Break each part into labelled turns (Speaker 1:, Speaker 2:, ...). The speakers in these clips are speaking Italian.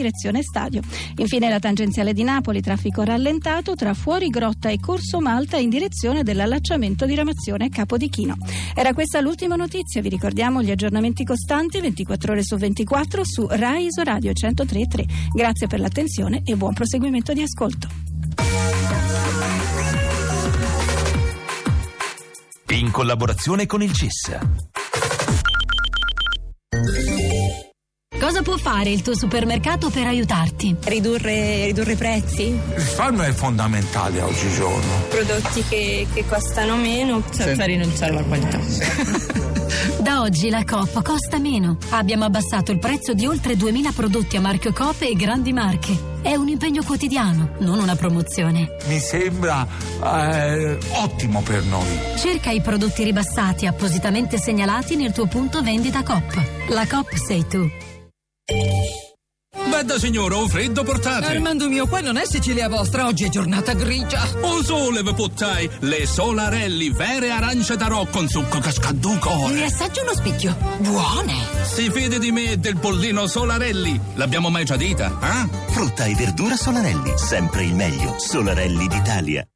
Speaker 1: direzione stadio. Infine la tangenziale di Napoli, traffico rallentato tra Fuori Grotta e Corso Malta in direzione dell'allacciamento di Ramazione Capo di Chino. Era questa l'ultima notizia, vi ricordiamo gli aggiornamenti costanti 24 ore su 24 su Rai Isoradio 103.3. Grazie per l'attenzione e buon proseguimento di ascolto.
Speaker 2: In collaborazione con il CIS.
Speaker 3: Cosa può fare il tuo supermercato per aiutarti?
Speaker 4: Ridurre, ridurre i prezzi?
Speaker 5: Il risparmio è fondamentale oggigiorno.
Speaker 4: Prodotti che, che costano meno.
Speaker 6: Senza rinunciare alla qualità.
Speaker 3: Da oggi la Coop costa meno. Abbiamo abbassato il prezzo di oltre 2000 prodotti a marchio Coop e grandi marche. È un impegno quotidiano, non una promozione.
Speaker 5: Mi sembra eh, ottimo per noi.
Speaker 3: Cerca i prodotti ribassati appositamente segnalati nel tuo punto vendita Coop. La Coop sei tu.
Speaker 7: Vada signora, un freddo portate.
Speaker 8: Armando mio, qua non è Sicilia vostra, oggi è giornata grigia.
Speaker 7: O sole ve pottai, le solarelli vere arance tarò con succo cascaduco.
Speaker 8: Ne assaggio uno spicchio. Buone.
Speaker 7: Si fide di me e del bollino solarelli. L'abbiamo mai già dita, eh?
Speaker 9: Frutta e verdura solarelli, sempre il meglio. Solarelli d'Italia.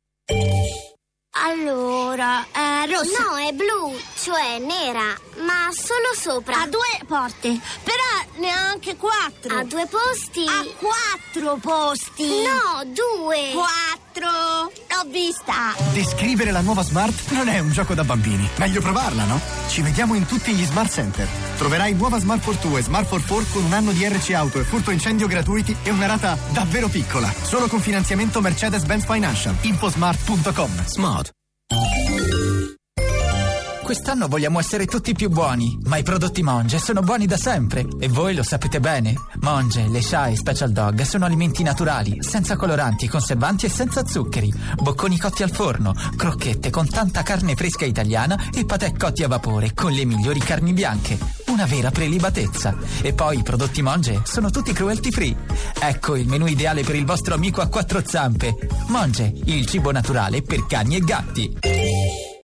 Speaker 10: Allora, è rossa.
Speaker 11: No, è blu, cioè nera, ma solo sopra.
Speaker 10: Ha due porte. Però neanche quattro.
Speaker 11: Ha due posti.
Speaker 10: Ha quattro posti.
Speaker 11: No, due.
Speaker 10: Quattro. L'ho vista.
Speaker 12: Descrivere la nuova Smart non è un gioco da bambini. Meglio provarla, no? Ci vediamo in tutti gli Smart Center. Troverai nuova Smart for 2 e Smart for 4 con un anno di RC auto e furto incendio gratuiti e una rata davvero piccola. Solo con finanziamento Mercedes-Benz Financial. Infosmart.com.
Speaker 13: Smart. Quest'anno vogliamo essere tutti più buoni, ma i prodotti Monge sono buoni da sempre e voi lo sapete bene. Monge, le Sha e Special Dog sono alimenti naturali, senza coloranti, conservanti e senza zuccheri. Bocconi cotti al forno, crocchette con tanta carne fresca italiana e patè cotti a vapore con le migliori carni bianche. Una vera prelibatezza. E poi i prodotti Monge sono tutti cruelty free. Ecco il menù ideale per il vostro amico a quattro zampe. Monge, il cibo naturale per cani e gatti.